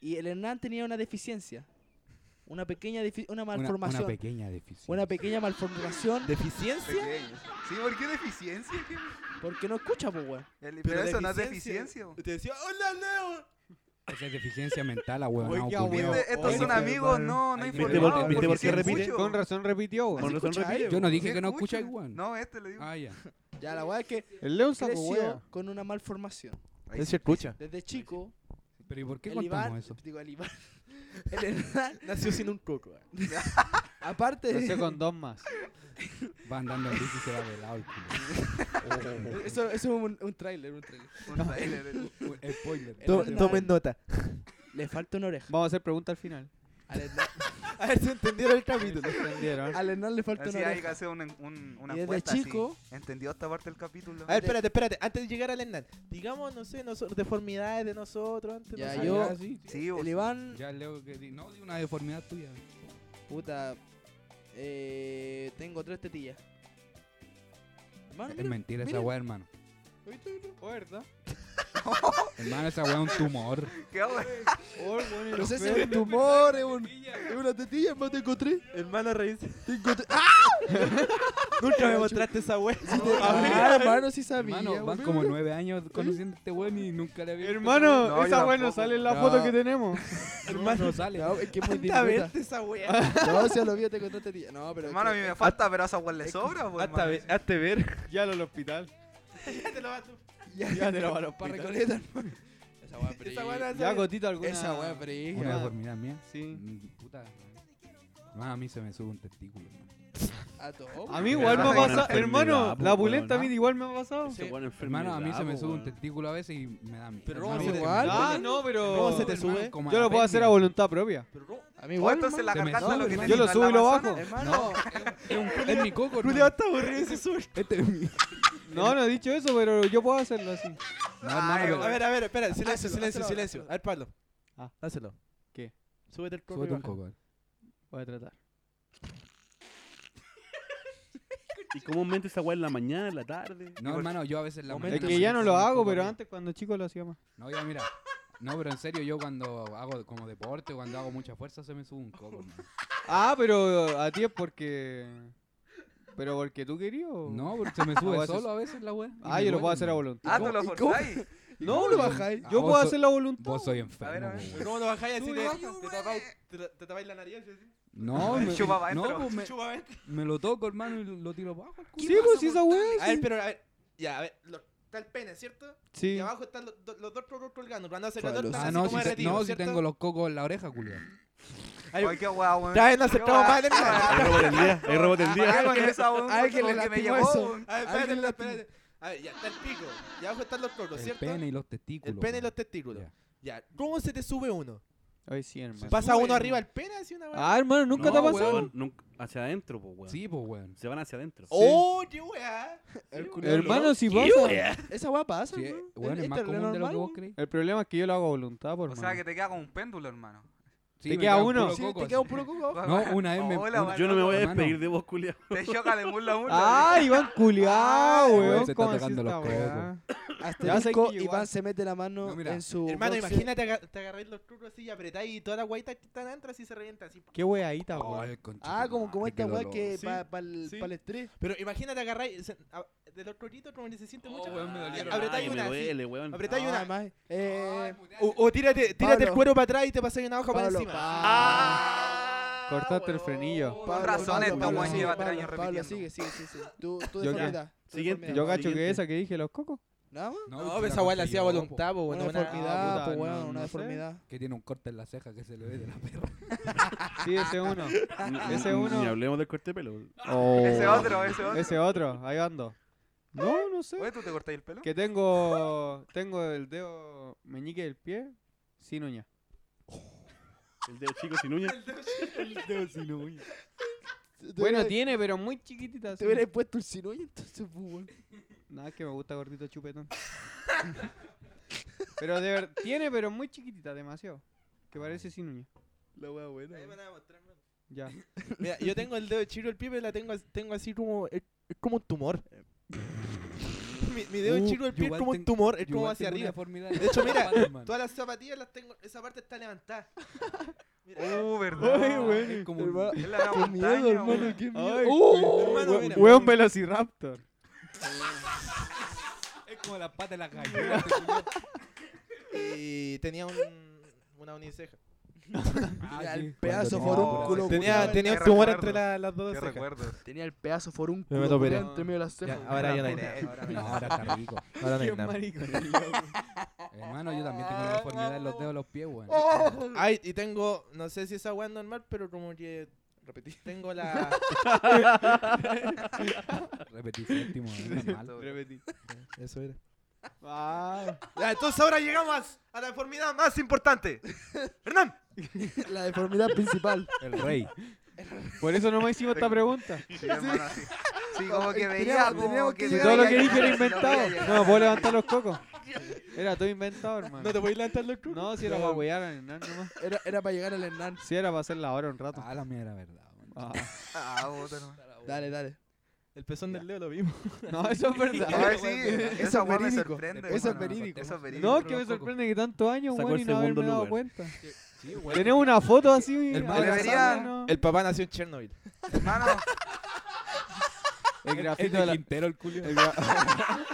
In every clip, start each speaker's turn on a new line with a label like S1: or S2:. S1: el Hernán tenía una deficiencia. Una pequeña defi- una
S2: Una- Una,
S1: malformación. Una,
S2: pequeña deficiencia.
S1: pequeña malformación
S3: ¿Deficiencia?
S4: Pequeños. Sí, ¿por qué deficiencia? ¿Qué-
S1: porque no escucha, pues, weón.
S4: el- Pero, eso no es deficiencia.
S3: Te decía, hola Leo.
S2: Esa es deficiencia mental, la weón.
S1: Ah,
S3: Oiga,
S4: Viste,
S3: weón.
S4: Estos
S3: Oye,
S4: son
S3: pero,
S4: amigos, no, no
S3: ahí-
S4: informados.
S1: ¿Viste por- viste por
S4: porque
S1: qué
S4: sí
S1: repite?
S4: escucho.
S5: Con razón repitió, weón.
S1: Con razón escucha
S3: repite,
S1: él,
S2: Yo no
S4: Sí
S2: dije que no
S4: escucho.
S2: escucháis, weón.
S4: No, este le digo.
S2: Ah, ya.
S1: Ya, la weá es que
S5: El Leo saco,
S1: creció
S5: weón.
S1: con una malformación.
S4: Ahí
S5: Él
S4: sí.
S5: se escucha.
S1: Desde chico,
S2: Pero ¿y por qué
S1: el Iván,
S2: contamos eso?
S1: digo, el Iván, el Hernán,
S3: Nació sin un coco. weón.
S1: aparte
S5: Nació
S1: de,
S5: con dos más.
S2: Va andando en bici y se va velado el culo.
S1: eso, eso es un, un tráiler, un tráiler.
S4: Un trailer, el-
S2: Uh, Spoiler.
S1: To-
S2: Dale,
S1: to-
S3: Tomen nota.
S1: Le falta una oreja.
S5: Vamos a hacer pregunta al final.
S1: Al Hernán,
S3: A ver si entendieron el
S5: Si
S3: capítulo.
S5: se entendieron.
S1: al Hernán le falta
S4: Así
S1: una
S4: hay que
S1: oreja.
S4: hacer un, un, una
S1: Y desde
S4: encuesta así.
S1: chico-
S4: ¿Entendió esta parte del capítulo?
S3: A ver, espérate, espérate. Antes de llegar al Hernán. Digamos, no sé, nosotros, deformidades de nosotros. Antes
S1: Ya,
S3: no
S2: dale.
S3: sé.
S1: yo-
S2: Ah, sí, sí.
S4: Sí, vos-
S1: El Iván,
S2: Ya leo que di- no di una deformidad tuya.
S1: puta, eh, tengo tres tetillas. Hermano,
S2: Es
S1: mira,
S2: mentira esa
S1: mira.
S2: weá, hermano.
S5: Cuerda.
S2: Hermano, esa weá es un tumor.
S4: ¿Qué hago?
S5: Oh, weón, y
S1: Pero
S5: los
S1: ese es
S5: pelos.
S1: un tumor, es un- es una tetilla, hermano, tengo tres.
S3: Hermano Reyes.
S1: Tengo tres.
S3: Nunca me mostraste esa wea.
S1: Ah, hermano, sí sabía.
S2: Hermano, van
S1: weón.
S2: como nueve años conociendo a este weón y nunca le había visto
S5: Hermano,
S4: No, yo
S5: esa weón no
S4: tampoco.
S5: sale en la
S2: No.
S5: foto que tenemos.
S2: esa weá. No, no sale.
S1: No, es que es muy
S3: Anda,
S1: diminuta.
S3: verte esa wea.
S1: No, si a lo mío te contaste tía. No, pero. es
S4: Hermano, a
S1: que-
S4: mí me falta, pero a esa weón le sobra, pues,
S3: Hasta
S4: hermano.
S3: ver. Hasta ver.
S5: Ya al hospital.
S1: Ya,
S3: Ya te lo van a
S1: para
S3: hospital.
S1: Recoleta, hermano. Esa weá fría.
S3: Esa weá
S5: Ya gotito alguna.
S1: Esa weá fría.
S2: Una deformidad mía.
S5: Sí.
S2: Mm, Puta. Hermano, a mí se me sube un testículo. hermano.
S1: A todo.
S5: A mí igual me ha
S4: Esa es una
S5: pasado, hermano,
S6: enfermedad,
S5: la
S6: po,
S5: pulenta a mí
S6: weón.
S5: igual me ha pasado.
S1: Sí.
S2: Hermano, a mí se me sube un testículo a veces y me da miedo.
S3: Pero
S2: Hermano,
S3: ¿cómo se te-
S1: igual,
S5: Ah, no, pero
S3: ¿Cómo se te
S2: hermano,
S3: sube?
S2: como
S5: yo
S2: la
S5: lo puedo hacer a
S2: pérdida.
S5: voluntad propia.
S1: A mí
S4: Oh,
S1: igual.
S4: entonces la
S2: Se me
S4: carcasa
S2: sube,
S4: lo que
S2: hermano.
S4: tenía
S5: Yo lo
S4: en la
S5: subo y lo
S4: manzana,
S5: bajo.
S4: hermano.
S2: No, es, un- es mi coco,
S3: Julio
S2: hermano.
S3: está aburrido ese sur.
S2: Este es mi...
S5: No, no he dicho eso, pero yo puedo hacerlo así.
S2: No, hermano,
S4: Ay,
S2: pero-
S3: A ver, a ver, espera. Silencio,
S1: Hazlo,
S3: silencio,
S1: hazlo,
S3: silencio.
S1: hazlo.
S3: A ver, Pablo.
S5: Ah.
S3: Dáselo.
S5: ¿Qué?
S3: Súbete el coco.
S2: Súbete
S3: y
S2: un
S3: baja.
S2: coco.
S5: Voy a tratar.
S6: Y comúnmente esa weá en la mañana, en la tarde.
S2: No, hermano, yo a veces la
S1: Momento
S5: Es
S2: mañana-
S5: que ya no lo
S2: Súbete un
S5: hago,
S2: coco,
S5: pero ¿ah?
S2: mira.
S5: antes cuando chico lo hacía más.
S2: No, ya mira. No, pero en serio, yo cuando hago como deporte, cuando hago mucha fuerza, se me sube un coco, hermano.
S5: Ah, pero a ti es porque. ¿Pero porque tú querías? o-
S2: No, porque se me
S5: Ah,
S2: sube
S5: vas a-
S2: solo a veces la weá. y
S5: Ah,
S2: me
S5: yo lo puedo
S2: duele,
S5: hacer a
S2: hermano.
S5: voluntad.
S4: Ah, tú lo
S1: ¿Y cómo?
S4: forzáis.
S5: No,
S1: lo
S2: bajáis?
S5: Yo
S2: Ah,
S5: puedo
S2: vos so-
S5: hacer la voluntad.
S2: Vos soy
S4: ver, a
S2: enfermo,
S4: ver.
S2: weón.
S3: Pero ¿Cómo lo bajáis así?
S5: Tú
S3: Te,
S5: lo
S3: te,
S5: bajas,
S3: tapáis- te, la- te tapáis la nariz. así.
S2: No, me,
S4: Chupa pa'
S2: no
S4: dentro.
S2: pues me, me lo toco, hermano, y lo tiro abajo. el culo.
S5: Sí, pues sí, esa weá.
S3: A ver, pero a ver. Ya, a ver. lo- está el pene, ¿cierto?
S5: Sí.
S3: Y abajo están los, do- los dos cocos colgando. Cuando hace la
S1: Chualo.
S3: torta,
S2: Ah,
S3: así
S2: no, si,
S3: como de
S2: te-
S3: retiro,
S2: no, si
S3: ¿cierto?
S2: tengo los cocos en la oreja, culiao.
S4: Ay, qué guau, weón.
S3: Ya, no acercamos
S4: Yo-
S3: más.
S6: Ahí rebote el día, ahí rebote el día.
S4: Ah, con esa, weón,
S1: alguien
S4: con
S1: le
S4: el que me
S1: lastimó
S4: llevó,
S1: eso.
S4: weón.
S3: A ver,
S1: Alguien
S3: espérate,
S1: la-
S3: espérate. A ver, ya está el pico. Y abajo están los cocos,
S2: El
S3: ¿cierto?
S2: pene y los testículos.
S3: El pene y
S2: weón.
S3: los testículos. Ya. ¿Cómo se te sube uno?
S5: Ay, sí, hermano.
S3: ¿Pasa
S2: sube,
S3: uno
S2: ¿no?
S3: arriba del pene? Así una weá.
S5: Ah, hermano, nunca
S6: No,
S5: te ha pasado.
S6: weón, nunca- hacia adentro, pues, weón.
S2: Sí, pues, weón.
S6: Se van hacia adentro.
S3: ¡Oh, qué weá!
S1: El culo
S5: Hermano,
S1: loco.
S5: si pasa.
S1: Esa weá pasa.
S2: Sí,
S1: hermano.
S3: E-
S2: weón, es
S1: Esto
S2: más
S1: lo
S2: común de lo
S1: normal,
S2: que vos
S1: weón.
S2: creéis.
S5: El problema es que yo lo hago a voluntad, por
S4: O sea, que
S5: mano.
S4: te queda como un péndulo, hermano.
S2: Sí,
S5: te
S2: me
S5: queda
S2: queda
S5: uno.
S2: puro
S1: Sí,
S2: coco,
S1: te queda un puro coco.
S2: No, una vez me- una-
S4: Hola, weón.
S6: Yo no me voy a
S2: Hermano.
S6: despedir de vos, culiao.
S4: Te choca de mula a mula.
S5: Ah, Iván culiao,
S2: weón,
S5: weón.
S2: se está
S5: ¿Cómo así
S2: tocando
S5: esta
S2: los
S5: weá?
S1: Asterisco,
S5: sé que igual-
S1: Iván se mete la mano
S2: No, mira.
S1: en su.
S3: Hermano,
S1: boxer.
S3: imagínate aga- te agarráis los churros así y apretáis y toda la guaita que están adentro así se revienta así.
S5: Qué weadita,
S2: Oh,
S5: weón.
S2: el concha
S1: Ah,
S2: de
S1: como, como
S2: madre,
S1: esta
S2: qué
S1: weá
S2: dolor.
S1: que
S3: Sí,
S1: para el
S3: sí.
S1: estrés.
S3: Pero imagínate agarráis se- a- de los churritos como que se siente
S2: Oh,
S3: mucho.
S2: weón, me dolieron.
S3: apretáis
S6: Ay, me
S3: una así.
S6: duele, weón.
S3: Apretáis
S1: Ah,
S3: una.
S1: más. Eh,
S3: O, o tírate, tírate el
S1: Pablo.
S3: cuero para atrás y te pasáis una hoja para
S1: Pablo,
S3: encima.
S1: Pablo.
S3: Ah,
S5: Cortaste el
S3: weón.
S5: frenillo.
S1: Pablo,
S4: razón
S1: Pablo,
S4: este
S1: Pablo,
S4: weón
S1: sigue,
S4: lleva tres
S1: Pablo,
S4: años
S1: Pablo,
S4: repitiendo.
S1: sigue, sigue, sigue. sigue. Tu, tu
S5: Yo-
S1: deformidad. tu
S6: Siguiente.
S1: deformidad.
S5: Yo cacho que
S6: Siguiente.
S5: esa que dije, los cocos.
S1: ¿Nada más?
S3: No,
S2: pues,
S3: pero
S2: la
S3: esa weá la hacía
S2: consiguió,
S3: voluntad, po,
S1: Una
S3: weón. Una
S1: deformidad,
S5: puta,
S1: pues, weón,
S5: no,
S1: una
S5: no sé.
S1: deformidad.
S2: po. Que tiene un corte en la ceja que se le ve de la perra.
S5: Sí, ese uno.
S6: Ni-
S5: Ese
S6: ni-
S5: uno.
S6: Ni hablemos del corte de pelo.
S4: Ese otro, ese otro.
S5: Ese otro, ahí ando. No, no sé.
S4: Oye, ¿tú te cortáis el pelo?
S5: Que tengo tengo el dedo meñique del pie sin uña.
S6: El dedo chico sin uñas.
S5: Bueno, tiene, pero muy chiquitita. así.
S1: Te hubieras puesto el sinuño entonces, pues, weón.
S5: Nada, es que me gusta gordito chupetón. pero de ver, tiene, pero muy chiquitita, demasiado. Que parece sin uña.
S1: La weá buena.
S3: Ahí van a mostrar, weón.
S5: Ya.
S3: Mira, yo tengo el dedo chino el pibe, la tengo, as- tengo así como. Es, es como un tumor.
S1: mi, mi dedo
S2: Uh,
S1: chico del
S2: yo
S1: pie es
S2: igual
S1: como un
S2: tengo-
S1: tumor, es
S2: Yo
S1: como
S2: igual
S1: hacia
S2: tengo una
S1: arriba.
S2: deformidad.
S1: De hecho, mira,
S2: Batman.
S1: Todas las zapatillas las tengo, esa parte está levantada.
S4: Uh,
S5: Ay,
S4: verdad.
S5: weón.
S2: Es como un-
S5: hermano.
S4: Es la
S7: Qué
S4: montaña,
S7: miedo, hermano,
S4: weón.
S7: qué miedo.
S5: Ay,
S1: hermano,
S5: we-
S1: mira.
S5: ¡Uh! weón Velociraptor.
S2: Es como las patas de las gallinas. este culiao.
S1: Y tenía un, una uniceja.
S2: Ah,
S7: Tenía el
S2: sí.
S7: pedazo
S2: Cuando tenía-
S7: forúnculo,
S1: Tenía,
S7: culiao,
S1: tenía
S4: qué
S1: un tumor
S4: recuerdo.
S1: entre la- las dos
S4: Qué
S1: cejas.
S4: recuerdos.
S7: Tenía el pedazo forúnculo
S1: Me meto
S7: culiao
S1: pere.
S7: entre medio de las cejas.
S1: Ya, ahora ya no hay
S4: Mira,
S1: nada.
S4: eh,
S2: No, ahora está rico.
S1: Ahora no hay
S5: Qué
S1: nada.
S5: maricón.
S2: Hermano, yo también tengo una deformidad en los dedos de los pies, weón.
S1: Ay, y tengo, no sé si esa weá es normal, pero como que repetí. Tengo la.
S2: Repetí séptimo, es normal.
S5: Repetí.
S1: Eso era.
S5: Ah,
S1: Ya, entonces ahora llegamos a la deformidad más importante. Hernán.
S7: La deformidad principal.
S2: El rey.
S5: por eso no me hicimos esta pregunta.
S4: Sí, hermano, así. Sí, como que
S7: Teníamos-
S4: veía, como
S7: teníamos
S4: que...
S7: que-
S5: Si
S4: le
S5: todo lo
S4: veía
S5: que dije era
S4: llegar, lo veía
S5: inventado.
S4: llegar.
S5: No, puedo levantar los cocos. Era todo inventado, hermano.
S1: voy a levantar los cruz?
S5: No, si era para huear a Hernán nomás.
S7: Era, era para llegar al Hernán.
S1: Ah,
S5: Si era para hacer la hora un rato.
S2: Ah, la mía era verdad, weón.
S5: Ah.
S4: Ah, puta, no.
S7: Dale, dale.
S1: El pezón del Leo lo vimos.
S5: No, eso es
S4: A ver,
S5: verdad.
S4: sí,
S7: Eso
S4: esa
S7: es
S4: weá me
S7: verídico.
S4: sorprende.
S7: Eso es
S4: hermano.
S7: verídico.
S4: Eso es verídico.
S5: No, es que me sorprende que tantos años,
S6: Sacó
S5: weón,
S6: el
S5: y no haberme
S6: segundo
S5: dado
S6: lugar.
S5: cuenta.
S2: Sí, weón.
S5: Tenemos una foto así.
S1: El
S5: abrazada,
S4: debería-
S5: ¿no?
S1: El papá nació en Chernobyl.
S4: Hermano,
S5: El
S2: Es
S5: grafito
S2: de
S5: de la.
S2: Quintero el culio.
S5: el gra-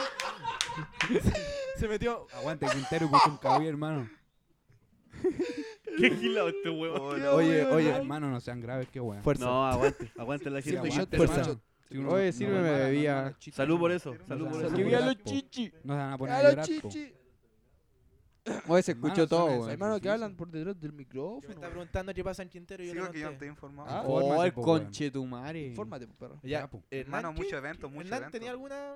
S1: Se metió.
S2: Aguante Quintero y puso un caballo, hermano.
S6: Qué gilado este huevo.
S4: hola.
S1: Oye,
S2: Ah,
S1: oye.
S2: Hermano, no sean graves, qué weón.
S1: Fuerza.
S6: No, aguante, aguante la gira.
S7: Sirve
S6: aguante.
S7: shot,
S2: Aguante,
S7: fuerza.
S2: hermano. Si uno
S5: Oye,
S2: no-
S5: sírveme
S2: no mala,
S5: bebida.
S2: no, no, chicha,
S6: Salud por
S2: no.
S6: eso, salud por eso.
S2: Salud.
S7: Que vi a los
S2: po.
S7: chichi.
S2: No se van a poner
S7: A
S2: a
S7: los
S2: llorar, po.
S7: chichi. Ah,
S5: Oye, se
S2: Hermano,
S5: escuchó todo,
S2: suena
S5: weón.
S2: esa-
S7: Hermano, que
S2: difícil.
S7: hablan por detrás del
S1: Yo me
S7: micrófono.
S1: estaba preguntando qué pasa en Quintero y yo
S4: sigo
S1: lo
S4: que yo no
S1: noté.
S4: estoy informado.
S2: Ah,
S5: Oh, el
S2: Infórmate, po, weón.
S5: conchetumare.
S7: Infórmate, pues, perro.
S2: Ya,
S1: Ya,
S2: po.
S4: Hermano,
S1: Hernán, ¿qué-
S4: mucho evento, mucho
S1: Hernán,
S4: evento.
S1: ¿tenía alguna...?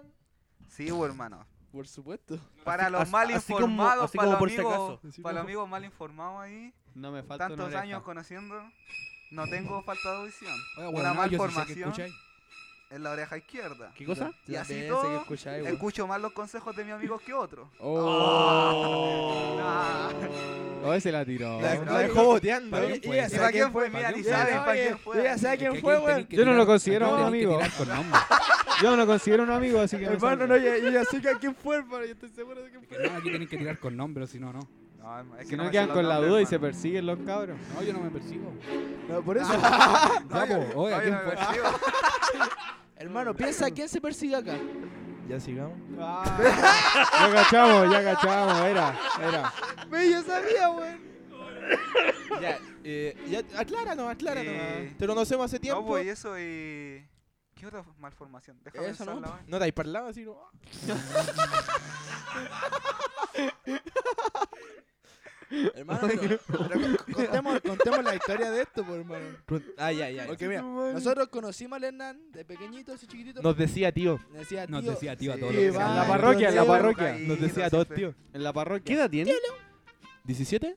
S4: Sí, bueno, hermano.
S7: Por supuesto.
S4: Para
S6: Así-
S4: los
S6: así-
S4: mal
S6: así como-
S4: informados,
S6: así
S4: para los
S6: como por si
S4: amigos,
S6: acaso.
S4: para los amigos mal informados ahí,
S5: No me falta
S4: tantos
S5: una
S4: años
S5: oreja.
S4: conociendo, no tengo falta de audición.
S2: Oye, weón,
S4: Una
S2: yo sí sé que
S4: malformación
S2: escucháis.
S4: en la oreja izquierda.
S6: ¿Qué cosa?
S4: Y así
S7: También sé
S4: todo,
S7: que escucháis, weón.
S4: Escucho más los consejos de mis amigos que otros.
S7: Oh.
S5: Oye, se la tiró.
S1: La,
S4: no,
S1: la
S4: no,
S1: dejó
S4: no.
S1: boteando.
S2: Para
S1: ¿eh?
S2: que-
S7: Y ya
S4: ¿Y
S7: sé
S4: para
S7: quién
S4: quién fue? Mira, ni
S2: quién
S4: sabes
S7: fue,
S4: para quién
S7: quién
S4: fue.
S7: Yo ya sé
S2: Es que
S7: quién
S2: aquí
S7: fue,
S2: tenéis
S7: weón.
S2: que
S5: Yo no lo
S2: tirar-
S5: considero
S2: aquí
S5: un
S2: tenéis que
S5: amigo.
S2: tirar con nombre.
S5: Yo no lo considero un amigo, así que. me
S7: Hermano,
S5: salgo.
S7: no, yo, yo ya sé que a quién fue, hermano. Yo estoy seguro de quién
S2: Que
S7: fue.
S2: no, aquí tienen que tirar con nombre, o si no, no.
S4: No, hermano, es
S5: Si no
S4: me
S5: quedan
S4: sé
S5: con
S4: los
S5: la
S4: nombres,
S5: duda y se
S4: hermano.
S5: persiguen los cabros.
S2: No, yo no me persigo.
S7: No, por eso.
S2: Ya,
S4: yo-
S2: po, oye, ¿a
S4: no, yo
S2: quién
S4: no me
S2: fue?
S4: persigo.
S7: hermano, piensa quién se persigue acá.
S1: Ya sigamos.
S5: ya cachamos, ya cachamos, era, era.
S7: Me, yo sabía, weón.
S1: Ya, eh, ya, acláranos, acláranos.
S4: Eh,
S1: Te conocemos hace tiempo.
S4: No,
S1: No,
S4: pues y eso y... ¿Qué otra malformación? Déjame
S7: Eso
S4: pensar
S7: no.
S4: la vaina.
S1: te has parlado así como...
S7: Hermano, pero, pero con- contemos, contemos la historia de esto, por hermano.
S1: Ah, ya, ya.
S7: Porque mira, nosotros conocimos al Hernán de pequeñito, así chiquitito.
S1: Nos decía tío.
S7: Nos decía,
S2: Nos
S7: tío,
S2: decía tío a
S4: Sí,
S2: todos.
S7: que
S2: los que
S7: va,
S2: eran
S5: la
S2: grandes.
S5: parroquia,
S7: yo
S5: la
S7: leo,
S5: parroquia.
S4: Caído,
S1: Nos decía a todos, tío.
S4: siempre.
S5: En la
S6: ¿Qué
S5: parroquia.
S6: edad tiene?
S1: ¿17?
S4: Es que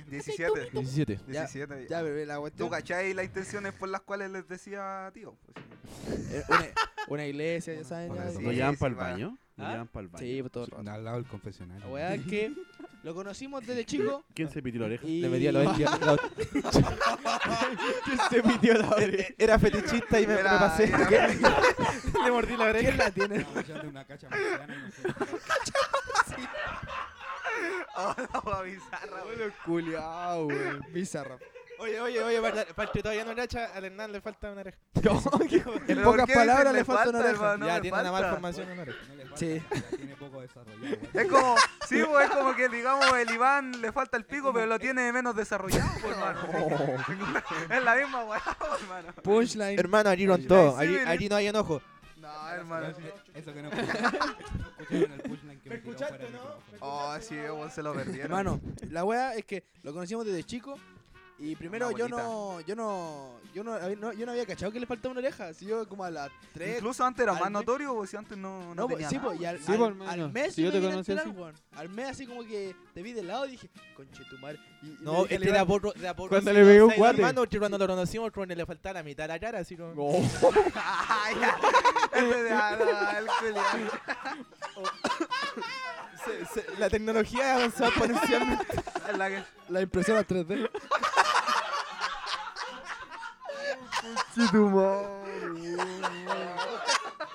S1: ¿16?
S4: 17.
S1: 17.
S7: Ya,
S4: 17.
S7: Ya, pero la
S4: ¿Tú
S7: cuestión.
S4: cachai las intenciones por las cuales les decía tío? Pues,
S7: eh, Una, una iglesia, ya saben.
S4: Una
S7: ya-
S4: Sí,
S6: ¿No llevan
S4: sí,
S6: para el
S4: va.
S6: baño? ¿No
S7: ¿Ah?
S6: llevan para el baño?
S7: Sí, pues todo el rato.
S2: Al lado del
S7: La
S2: confesionario.
S7: weá es que lo conocimos desde chico.
S6: ¿Quién se pitió la oreja?
S7: Y...
S1: Le metía la bestia.
S7: se metió la
S1: E-, Era fetichista y me, me
S4: Era-
S1: pasé.
S4: era-
S1: Le mordí la oreja.
S7: la tiene?
S2: Estaba echando una cacha marciana y no sé.
S4: Ahora voy a Oh, bizarra, güey.
S7: Culeado, weón. Bizarro.
S1: Oye, oye, oye, para, para que todavía no le echa, al Hernán le falta una oreja.
S7: En
S4: Pero ¿por
S7: pocas
S4: qué
S7: palabras
S4: dicen
S7: le falta una oreja.
S4: hermano? No
S1: ya,
S4: me
S1: tiene una
S4: falta.
S1: malformación en una oreja.
S2: No le falta,
S7: Sí.
S2: ya tiene poco desarrollado. weón.
S4: Es como, sí, güey, es como que digamos el Iván le falta el pico, pero lo tiene menos desarrollado, pues, hermano. Es la misma güey, hermano.
S7: Punchline.
S1: Hermano, allí
S7: con
S1: con
S4: todo,
S1: todo.
S4: allí-
S1: Allí,
S4: allí
S1: no hay enojo.
S4: No, hermano.
S2: eh, Eso que no escucharon no escucharon el pushline que me tiró fuera del micrófono.
S4: Oh, sí, güey, se lo perdieron.
S7: Hermano, la weá es que lo conocimos desde chico. Y primero
S4: Una
S7: yo no, yo no, yo no, hab- no- yo no había cachado que le faltaba una oreja. Si yo como a las 3,
S4: Incluso antes era más
S7: al mes-
S4: notorio, güey, si antes no, no,
S7: No, pues,
S4: tenía
S7: sí,
S4: nada.
S7: pues, y al,
S5: Sí,
S7: al-
S5: pues, hermano,
S7: al mes
S5: si
S7: yo
S5: yo
S7: te
S5: te
S7: conocí
S5: conocí
S7: enterar,
S5: así.
S7: weón. Al mes así como que te vi de lado y dije, conche tu madre. Y- y le
S1: No,
S7: dije al
S1: este era
S7: Iván,
S1: por... Era por
S5: Cuando le pegué un guate.
S1: Hermano, que cuando lo conocimos, cuando le faltaba la mitad de la cara, así como...
S4: Ay, ya. Este de- ah, no, el culiao.
S1: Se- se- la tecnología ha avanzado exponencialmente.
S4: Es la que-
S7: La impresión a 3D.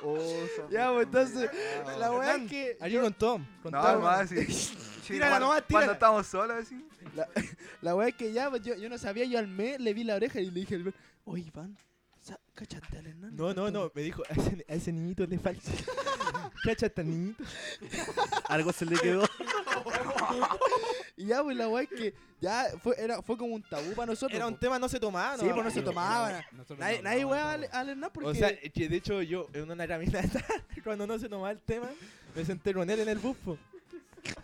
S5: Oh,
S7: Ya, pues entonces, la weá es que.
S1: Aquí con Tom. Con
S4: No,
S1: Tom.
S4: nomás así. Sí,
S7: Tírala
S4: cuando-
S7: nomás,
S4: Cuando
S7: tírala.
S4: estamos solos, así.
S7: La weá es que ya, pues yo, yo no sabía, yo al mes le vi la oreja y le dije al mes, oye Iván, sa- cáchate al Hernán.
S1: No, no, no. Me dijo, a ese, a ese niñito le falta. Cachata, niñito.
S6: Algo se le quedó.
S7: Y ya, pues la weá es que ya fue, era, fue como un tabú para nosotros.
S1: Era un
S7: po.
S1: tema, no se tomaba, ¿no?
S7: Sí, pues no se
S1: Amigo.
S7: tomaban.
S2: Nosotros
S7: Nadie,
S2: no
S7: nadie
S2: hablamos
S7: weá
S2: de
S7: al,
S2: esa
S7: al Hernán porque.
S1: O sea, es que de hecho yo en una caminata, cuando no se tomaba el tema, me senté con él en el bus. po.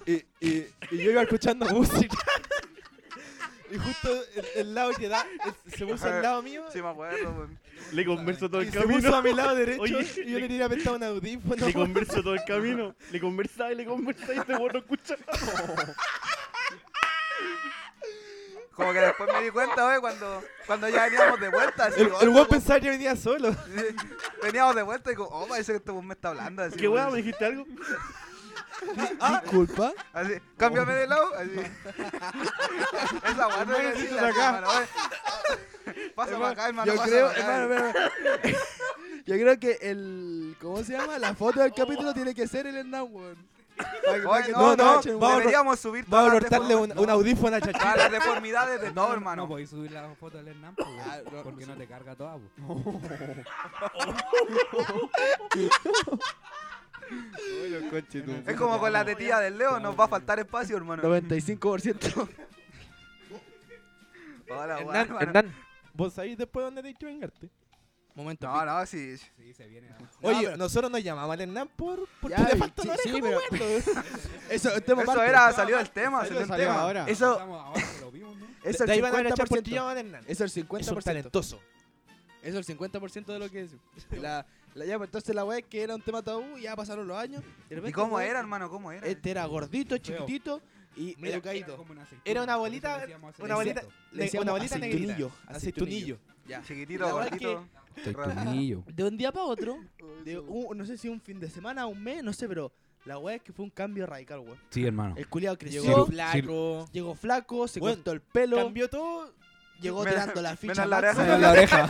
S1: Y, y- y yo iba escuchando música. Y justo el, el lado que da, el- se puso al lado mío.
S4: Sí, me acuerdo. pues. weón.
S6: Le converso todo
S1: y
S6: el
S1: se puso a
S6: camino.
S1: mi lado derecho
S6: Oye,
S1: y yo le tiré apretado un audífono.
S6: Le converso todo el camino. Le conversaba y le conversaba y este weón no escuchaba.
S4: Como que después me di cuenta, wey, cuando, cuando ya veníamos de vuelta. Así,
S1: El,
S4: oh,
S1: el
S4: este
S1: weón pensaba que venía solo.
S4: weón- Veníamos de vuelta y digo, oh, parece que este weón me está hablando. Así,
S6: ¿Qué weá?
S4: weón.
S6: ¿Me dijiste algo?
S7: Disculpa.
S4: Así, cámbiame de lado. Así. Esa weá no era así la cámara, weón. Pasa para acá, hermano.
S7: yo
S4: pasa
S7: creo,
S4: pa' acá.
S7: hermano, hermano. Yo creo que el. ¿Cómo se llama? La foto del capítulo tiene que ser el Hernán, weón. Pa' que- pa'
S4: Oye,
S7: que
S4: no,
S7: te
S4: no,
S7: cachen,
S1: vamos a-
S7: weón.
S4: deberíamos subir
S1: Vamos a
S4: todas las
S1: cortarle
S4: deform-
S1: un, un audífono a Chachita.
S4: todas las deformidades de todo,
S2: No
S4: Oh, hermano.
S2: podéis subir la foto del Hernán, po, weón,
S7: Ah, no.
S2: porque no te carga toda. po.
S4: Es como con la tetilla del Leo, nos va a faltar espacio, hermano.
S7: 95%.
S4: Hola, weón,
S1: Hernán,
S4: hermano.
S1: Hernán, ¿vos sabés después dónde tenés que vengarte?
S7: Momento.
S4: No, no, sí.
S2: Sí, se viene.
S7: No,
S1: Oye,
S7: pero-
S1: nosotros nos llamamos al Hernán por, porque
S7: Ya,
S1: le
S7: y-
S1: faltó una
S7: sí,
S1: oreja,
S7: sí,
S1: po,
S7: pero-
S1: weón.
S7: Eso, el tema
S4: Eso
S7: aparte.
S4: era, salió del tema, salió
S5: Eso
S4: del
S5: salió
S4: tema.
S5: ahora.
S4: Eso,
S2: Estamos ahora que lo vimos, ¿no?
S7: Es
S1: Te
S7: el
S1: iban a echar por ti
S7: 50%.
S1: llamaban a Hernán.
S7: Es el
S1: Es un
S7: 50%.
S1: talentoso.
S7: Es el 50% de lo que es. La, la, ya, pues, entonces la weá es que era un tema tabú, ya pasaron los años. de repente,
S4: ¿Y cómo
S7: weón,
S4: era, hermano? ¿Cómo era?
S7: Este era gordito, chiquitito y
S1: Mira,
S7: educadito.
S2: como una aceituna,
S1: Era una
S2: por eso
S1: bolita-
S2: le decíamos
S1: una bolita-
S2: aceitito.
S7: Le decíamos
S1: una bolita negrita.
S7: aceitunillo,
S1: Aceitunillo.
S7: Ya.
S4: Chiquitito,
S7: La weá es
S4: gordito.
S2: Aceitunillo.
S7: De un día para otro, de un- no sé si un fin de semana, un mes, no sé, pero la weá es que fue un cambio radical, weón.
S2: Sí, hermano.
S7: El culiado creció,
S2: Llegó
S7: llegó,
S2: Sí,
S1: flaco.
S7: flaco, se
S1: Weón,
S7: cortó el pelo,
S1: Cambió todo.
S7: llegó
S4: Menos-
S7: tirando la ficha.
S4: menos la
S7: máxima,
S4: oreja.
S2: la oreja.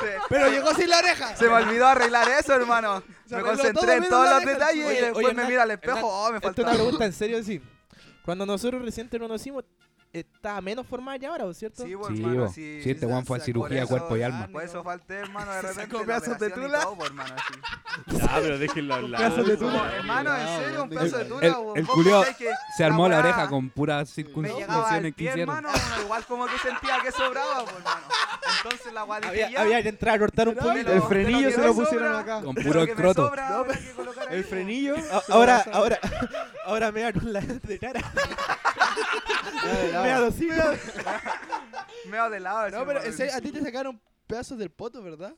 S4: Se-
S7: Pero llegó sin la oreja.
S4: Se me olvidó arreglar eso, hermano.
S7: Se
S4: Me
S7: arregló todo,
S4: concentré en
S7: menos
S4: todos
S7: la
S4: los
S7: oreja.
S4: detalles y
S1: Oye,
S4: después
S1: oye,
S4: me
S1: Hernán,
S4: mira al espejo.
S1: Hernán,
S4: Oh, me
S1: Esto es una
S4: faltaba.
S1: pregunta en serio, sí. Cuando nosotros recién te conocimos, estaba menos formal ya ahora, ¿o ¿cierto?
S4: Sí,
S2: Sí,
S4: bueno, hermano,
S2: bo.
S4: sí.
S2: Sí, este
S7: se
S2: Juan fue a
S7: sacó
S2: cirugía
S4: eso,
S2: cuerpo y alma.
S4: Por eso falté, hermano, de repente.
S7: sacó
S4: la
S7: pedazos de
S4: operación y
S7: tula.
S4: todo, po, hermano, así.
S6: Ah, pero déjenlo hablar.
S1: pedazos de tula.
S4: Oh, Hermano, en serio, un pedazo de
S5: El-
S4: tula.
S2: el-
S4: bo.
S2: el
S4: Vos
S2: culiao
S4: pensás que
S2: Se armó la
S4: weá
S2: oreja con puras
S4: Me llegaba al
S2: circunstanciaciones que
S4: pie,
S2: hicieron.
S4: hermano, igual como que sentía que sobraba, po, hermano. Entonces la guay dije
S1: Había,
S4: ya.
S1: había que entrar a cortar un
S4: No,
S1: poquito.
S4: pero-
S5: El frenillo
S4: pero
S5: se
S4: que
S5: lo
S4: me
S5: pusieron
S4: sobra.
S5: acá.
S2: Con
S4: Pero
S2: puro
S4: que me
S2: escroto.
S4: sobra, habrá que colocar ahí,
S5: El
S4: po.
S5: frenillo.
S1: A- Ahora, ahora, ahora me da con la de cara. Me da dos hijos.
S4: Medio de lado.
S7: No, pero en serio, a ti te sacaron pedazos del poto, ¿verdad?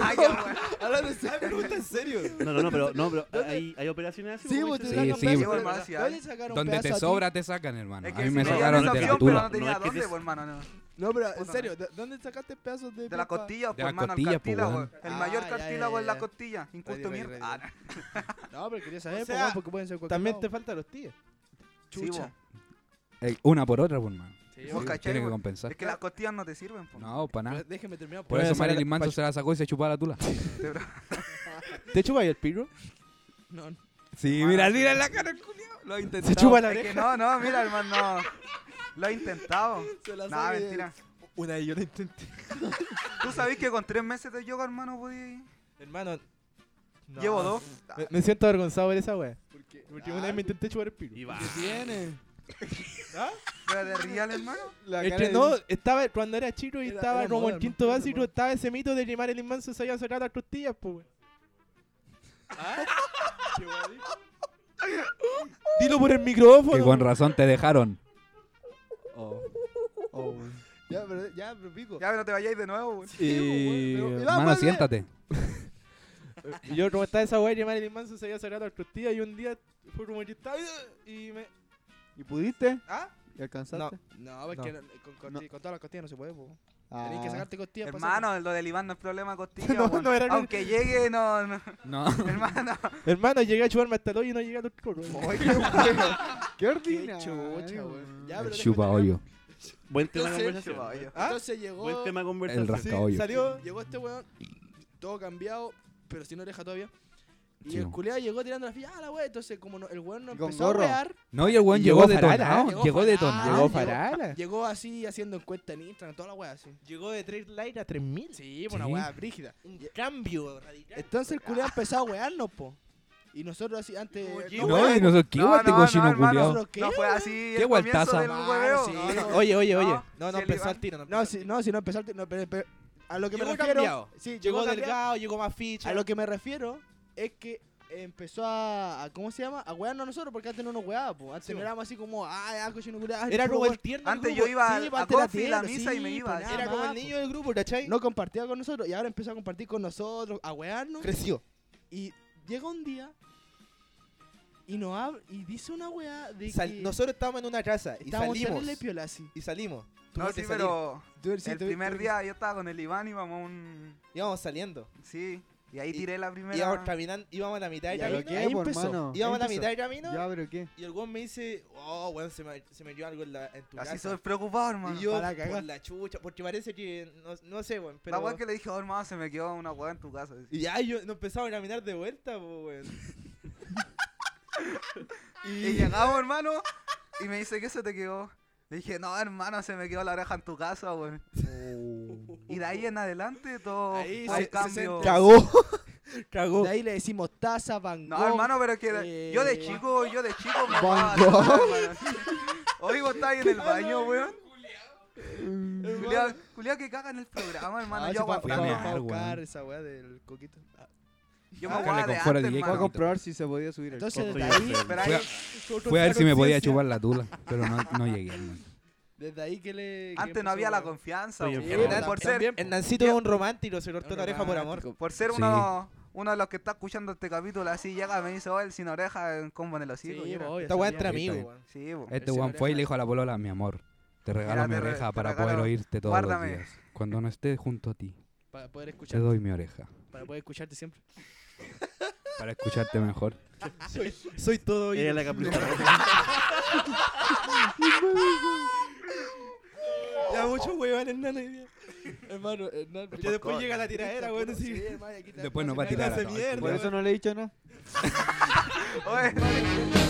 S4: Ay, ya, weón.
S7: Hablando en serio.
S1: en serio.
S6: No, no, no, pero, no, pero hay, hay operaciones
S4: pues,
S6: así.
S7: Sí,
S6: como
S7: vos te
S6: dicen.
S2: Sí, sí,
S7: sacaron pedazos
S2: bo.
S7: del-
S4: Igual más, ya.
S7: ¿Dónde te sacaron
S2: Donde te
S7: pedazos a ti?
S2: sobra, te sacan, hermano. A
S4: Es que
S2: mí
S4: si
S2: me
S4: me dieron
S2: sacaron
S4: esa
S2: de la
S4: opción, pero no
S2: tula.
S4: tenía
S6: No, es que
S4: dónde,
S6: te-
S4: po, hermano. no.
S7: No, pero en
S4: Puta
S7: serio, ¿de- ¿dónde sacaste pedazos de
S4: De las
S7: papa?
S4: costillas,
S2: De
S4: pues,
S2: las
S4: hermano, el
S2: costillas, pues,
S4: cartílago.
S2: weón.
S4: El
S7: Ah,
S4: mayor
S7: ya,
S4: cartílago
S7: ya,
S4: es la
S7: ya.
S4: costilla. Injusto,
S7: Ready, ready,
S4: mierda. Ah,
S7: ready. No, pero quería saber,
S1: O
S7: po,
S1: sea,
S7: weón, porque pueden ser cualquier
S1: También
S7: lado.
S1: te faltan los tíos.
S4: sí,
S7: Chucha.
S4: po.
S2: Eh, Una por otra, pues, hermano.
S4: Sí, vos cachai,
S2: Tiene que
S4: weón.
S2: compensar.
S4: Es que las costillas no te sirven, pues. po.
S2: No, para
S7: Pero
S2: nada.
S7: Déjeme terminar. pues.
S2: Por
S7: po.
S2: eso
S1: sacar la
S2: Marilyn Manson
S1: pacha.
S2: se la sacó y se chupó la tula.
S4: pues.
S1: ¿Te chupas el pico?
S7: No, no.
S2: Ah, Sí, mira, mira la cara, el culiao. Lo intenté.
S1: Se chupa la
S4: Es que
S1: oreja.
S4: no, no, mira, hermano. no. Lo he intentado.
S7: Se la
S4: No,
S7: saqué.
S4: mentira.
S1: Una vez yo lo intenté.
S4: ¿Tú sabés que con tres meses de yoga, hermano, podía ir?
S1: Hermano. no.
S4: Llevo dos.
S1: Me, me siento avergonzado por esa wea.
S7: Porque,
S1: Porque una vez me intenté chupar el pico.
S6: Y va.
S7: ¿Qué tiene?
S4: ¿Pero de real, hermano?
S5: La
S1: Es que
S5: cara
S1: no,
S5: de-
S1: estaba, cuando era chico y
S7: Era-
S1: estaba
S7: era
S1: como
S7: moda,
S1: en
S7: ¿no?
S1: quinto
S7: Era
S1: básico,
S7: moda.
S1: estaba ese mito de que el Inmanso se había sacado las costillas, pues, weón. ¿Ah? Dilo por el
S2: Que
S1: micrófono.
S2: con razón te dejaron.
S5: Oh.
S7: Ya, pero, ya, pero pico.
S4: Ya, pero te vayáis de nuevo, pues. weón.
S7: Sí,
S2: Y...
S7: po, weón, pero- y la
S2: Hermano,
S7: vuelve.
S2: siéntate.
S1: Y Yo, como estaba esa weá, que Marilyn Manson se había sacado las costillas y un día fue como que estaba y me.
S5: ¿Y pudiste?
S1: ¿Ah,
S5: ¿Y alcanzaste?
S7: No, es
S1: No.
S7: que no- con, costi-
S5: No.
S7: con todas las costillas no se puede, po.
S5: Ah.
S7: Tenés que sacarte costillas. pa'
S4: Hermano, lo del Iván no es problema de costillas,
S1: No,
S4: weón.
S1: no era-
S4: Aunque llegue, no, no.
S2: No.
S4: Hermano,
S1: hermano, llegué a chuparme hasta el hoyo y no llegué a los coros.
S5: ¡Qué
S7: hacerlo. Qué
S5: ordinario!
S7: chucha, weón. Ya,
S2: El
S7: pero déjame
S2: chupa
S7: terminar.
S2: hoyo.
S6: Buen tema de
S7: Entonces,
S6: conversación.
S4: vaya.
S1: ¿Ah?
S7: Entonces llegó,
S6: Buen tema de
S2: El
S6: conversación.
S2: rasca hoyo.
S1: Salió.
S7: llegó este weón, todo cambiado, pero sin oreja todavía. Y
S2: Sí,
S7: el
S2: po.
S7: culiado llegó tirando la ficha, ah, la wea. Entonces, como no- el weón no
S5: Y con
S7: empezó a
S5: gorro.
S7: wear,
S2: No, y el weón
S1: Llegó
S2: llegó,
S1: Farala, ¿eh?
S2: detonado.
S7: llegó
S2: Llegó,
S7: Farala.
S2: detonado.
S7: Llegó
S1: Llegó Farala.
S7: llegó así haciendo encuesta en Instagram, toda la wea así.
S1: Llegó de 3 light a 3000.
S7: Sí, po, una
S2: Sí.
S7: wea brígida.
S1: Un cambio radical.
S7: Entonces el culiado empezó a wearnos, po. Y nosotros así antes.
S4: Como Jimbo.
S7: no,
S2: No, y nosotros, ¿qué guay este cochino
S4: hermano,
S2: culiao?
S7: culiao.
S4: No fue así
S2: Qué
S4: el comienzo
S2: gualtaza.
S4: del
S7: Mano,
S4: hueveo.
S7: sí.
S4: No, no.
S1: Oye, oye, oye.
S4: No,
S1: No, no,
S4: si el
S1: empezó
S4: Iván-
S1: al tiro. No,
S7: no,
S1: empezó
S7: si
S1: al tiro.
S7: no, si no empezaste. No, pero- pero- a lo que
S1: Llegó
S7: me refiero.
S1: cambiado.
S7: Sí, llegó,
S1: Llegó
S7: cambiado.
S1: delgado, llegó más ficha.
S7: A lo que me refiero es que empezó a, a- ¿cómo se llama? A wearnos a nosotros, porque antes no nos weaba, po. Antes
S1: Sí, po.
S7: éramos así como, ah, ya, cochino culiao,
S1: Era
S7: puro
S1: como el
S7: weón".
S1: tierno. del
S4: Antes yo
S1: grupo.
S4: iba
S7: Sí,
S4: a, a
S7: parte de la
S4: Confi, la
S7: tierra,
S4: misa
S7: sí,
S4: y me iba. así.
S7: pues, nada.
S1: Era como
S7: más, pues,
S1: el niño del grupo, ¿cachai?
S7: No compartía con nosotros y ahora empezó a compartir con nosotros, a wearnos.
S1: creció.
S7: Y llega un día y nos hab- y dice una weá de
S1: Sal-
S7: que
S1: Nosotros estábamos en una casa y
S7: estábamos
S1: salimos.
S7: terrible piola así.
S1: Y salimos.
S4: No,
S1: Tuvimos
S4: sí,
S1: que salir.
S4: pero
S7: Tú- sí,
S4: el
S7: tú-
S4: primer
S7: tú-
S4: día yo estaba con el Iván y vamos a un...
S1: Íbamos saliendo.
S4: Sí, y ahí
S1: Y-
S4: tiré la primera...
S1: Íbamos caminando, íbamos a la mitad del
S7: Ya,
S1: camino.
S7: ¿qué?
S5: qué,
S7: ahí
S5: po,
S7: empezó.
S5: pues, hermano?
S1: Íbamos a la
S7: Empezó.
S1: mitad del camino
S5: Ya, pero qué.
S1: y el weón me dice, oh, weón, se me, se me dio algo en, la, en tu
S4: Así soy
S1: casa.
S4: preocupado, hermano.
S1: y yo,
S7: para la cagá.
S1: por la chucha, porque parece que, no, no sé, weón,
S4: La
S1: pero...
S4: weá que le dije, oh, hermano, se me quedó una weá en tu casa.
S1: Y ya yo, nos empezamos a caminar de vuelta, po, weón.
S4: Y llegamos, hermano, y me dice, ¿qué se te quedó? Le dije, no, hermano, se me quedó la oreja en tu casa, weón.
S1: Oh.
S4: Y de ahí en adelante todo
S7: Ahí
S4: fue
S7: se-
S4: un cambio.
S7: se-
S1: Cagó. Cagó.
S7: De ahí le decimos taza, Van
S4: No,
S7: Gogh.
S4: hermano, pero que de- yo de
S7: eh,
S4: chico, yo de chico me
S7: Van
S4: robaba
S7: Gogh.
S4: todo, hermano. Hoy vos estabas en el baño, weón. Julián, Julián que caga en el programa, hermano.
S7: Ah,
S4: yo
S7: sí, fue- fue a-
S2: Fue a
S4: aguantaba.
S7: fue a
S2: mear,
S7: buscar
S2: weón.
S7: esa weá del coquito. Ah,
S4: Yo me
S2: Ah,
S4: aguantaba
S2: con
S4: de
S2: fuera directo.
S4: antes,
S5: Voy a
S4: hermano.
S5: comprobar si se podía subir el
S7: Entonces,
S5: costo.
S7: desde
S6: estoy
S7: ahí,
S4: Pero
S2: Fue
S4: ahí,
S2: a- Fue a ver si me podía chupar la tula, pero no, no llegué. hermano.
S7: desde ahí que le. que
S4: antes no
S7: empezó, pues.
S4: había la
S7: weón.
S4: confianza,
S6: Estoy
S4: weón.
S6: enfermo.
S4: Por, ser,
S1: El Nancito es un romántico, se cortó la oreja por amor.
S4: por ser
S2: Sí.
S4: uno, uno de los que está escuchando este capítulo así, llega y me dice, oh, el sin oreja, en combo en el
S7: Sí, pues,
S4: hocico. y
S7: po,
S4: era-
S7: obvio,
S1: Esta weá
S7: sabía.
S1: entre
S2: Sí, está
S1: amigos,
S2: bien.
S1: weón.
S4: Sí, po.
S2: Este
S7: Ese
S2: weón fue y
S7: oreja.
S2: le dijo a la polola, mi amor, te regalo
S4: Mira,
S2: mi
S4: te re-
S2: oreja
S4: te
S2: para
S4: regalo-
S2: poder oírte todos
S4: guárdame.
S2: los días. Cuando no esté junto a ti,
S7: Para poder
S2: te
S7: escucharte.
S2: doy mi oreja
S7: Para poder escucharte siempre.
S2: para escucharte mejor.
S1: Soy, soy todo
S6: Ella
S1: bien.
S6: la caprichosa.
S1: Ya muchos huevones, nana. hoy día.
S7: Hermano, Hernán.
S1: Que después llega la tiradera, weón. así.
S7: Sí, hermano, aquí está-
S2: Después nos
S7: se
S2: va a
S7: me hace
S2: tirar a
S1: hace
S2: todos.
S1: mierda,
S5: Por eso no le he dicho nada.
S4: Oye,
S7: mierda.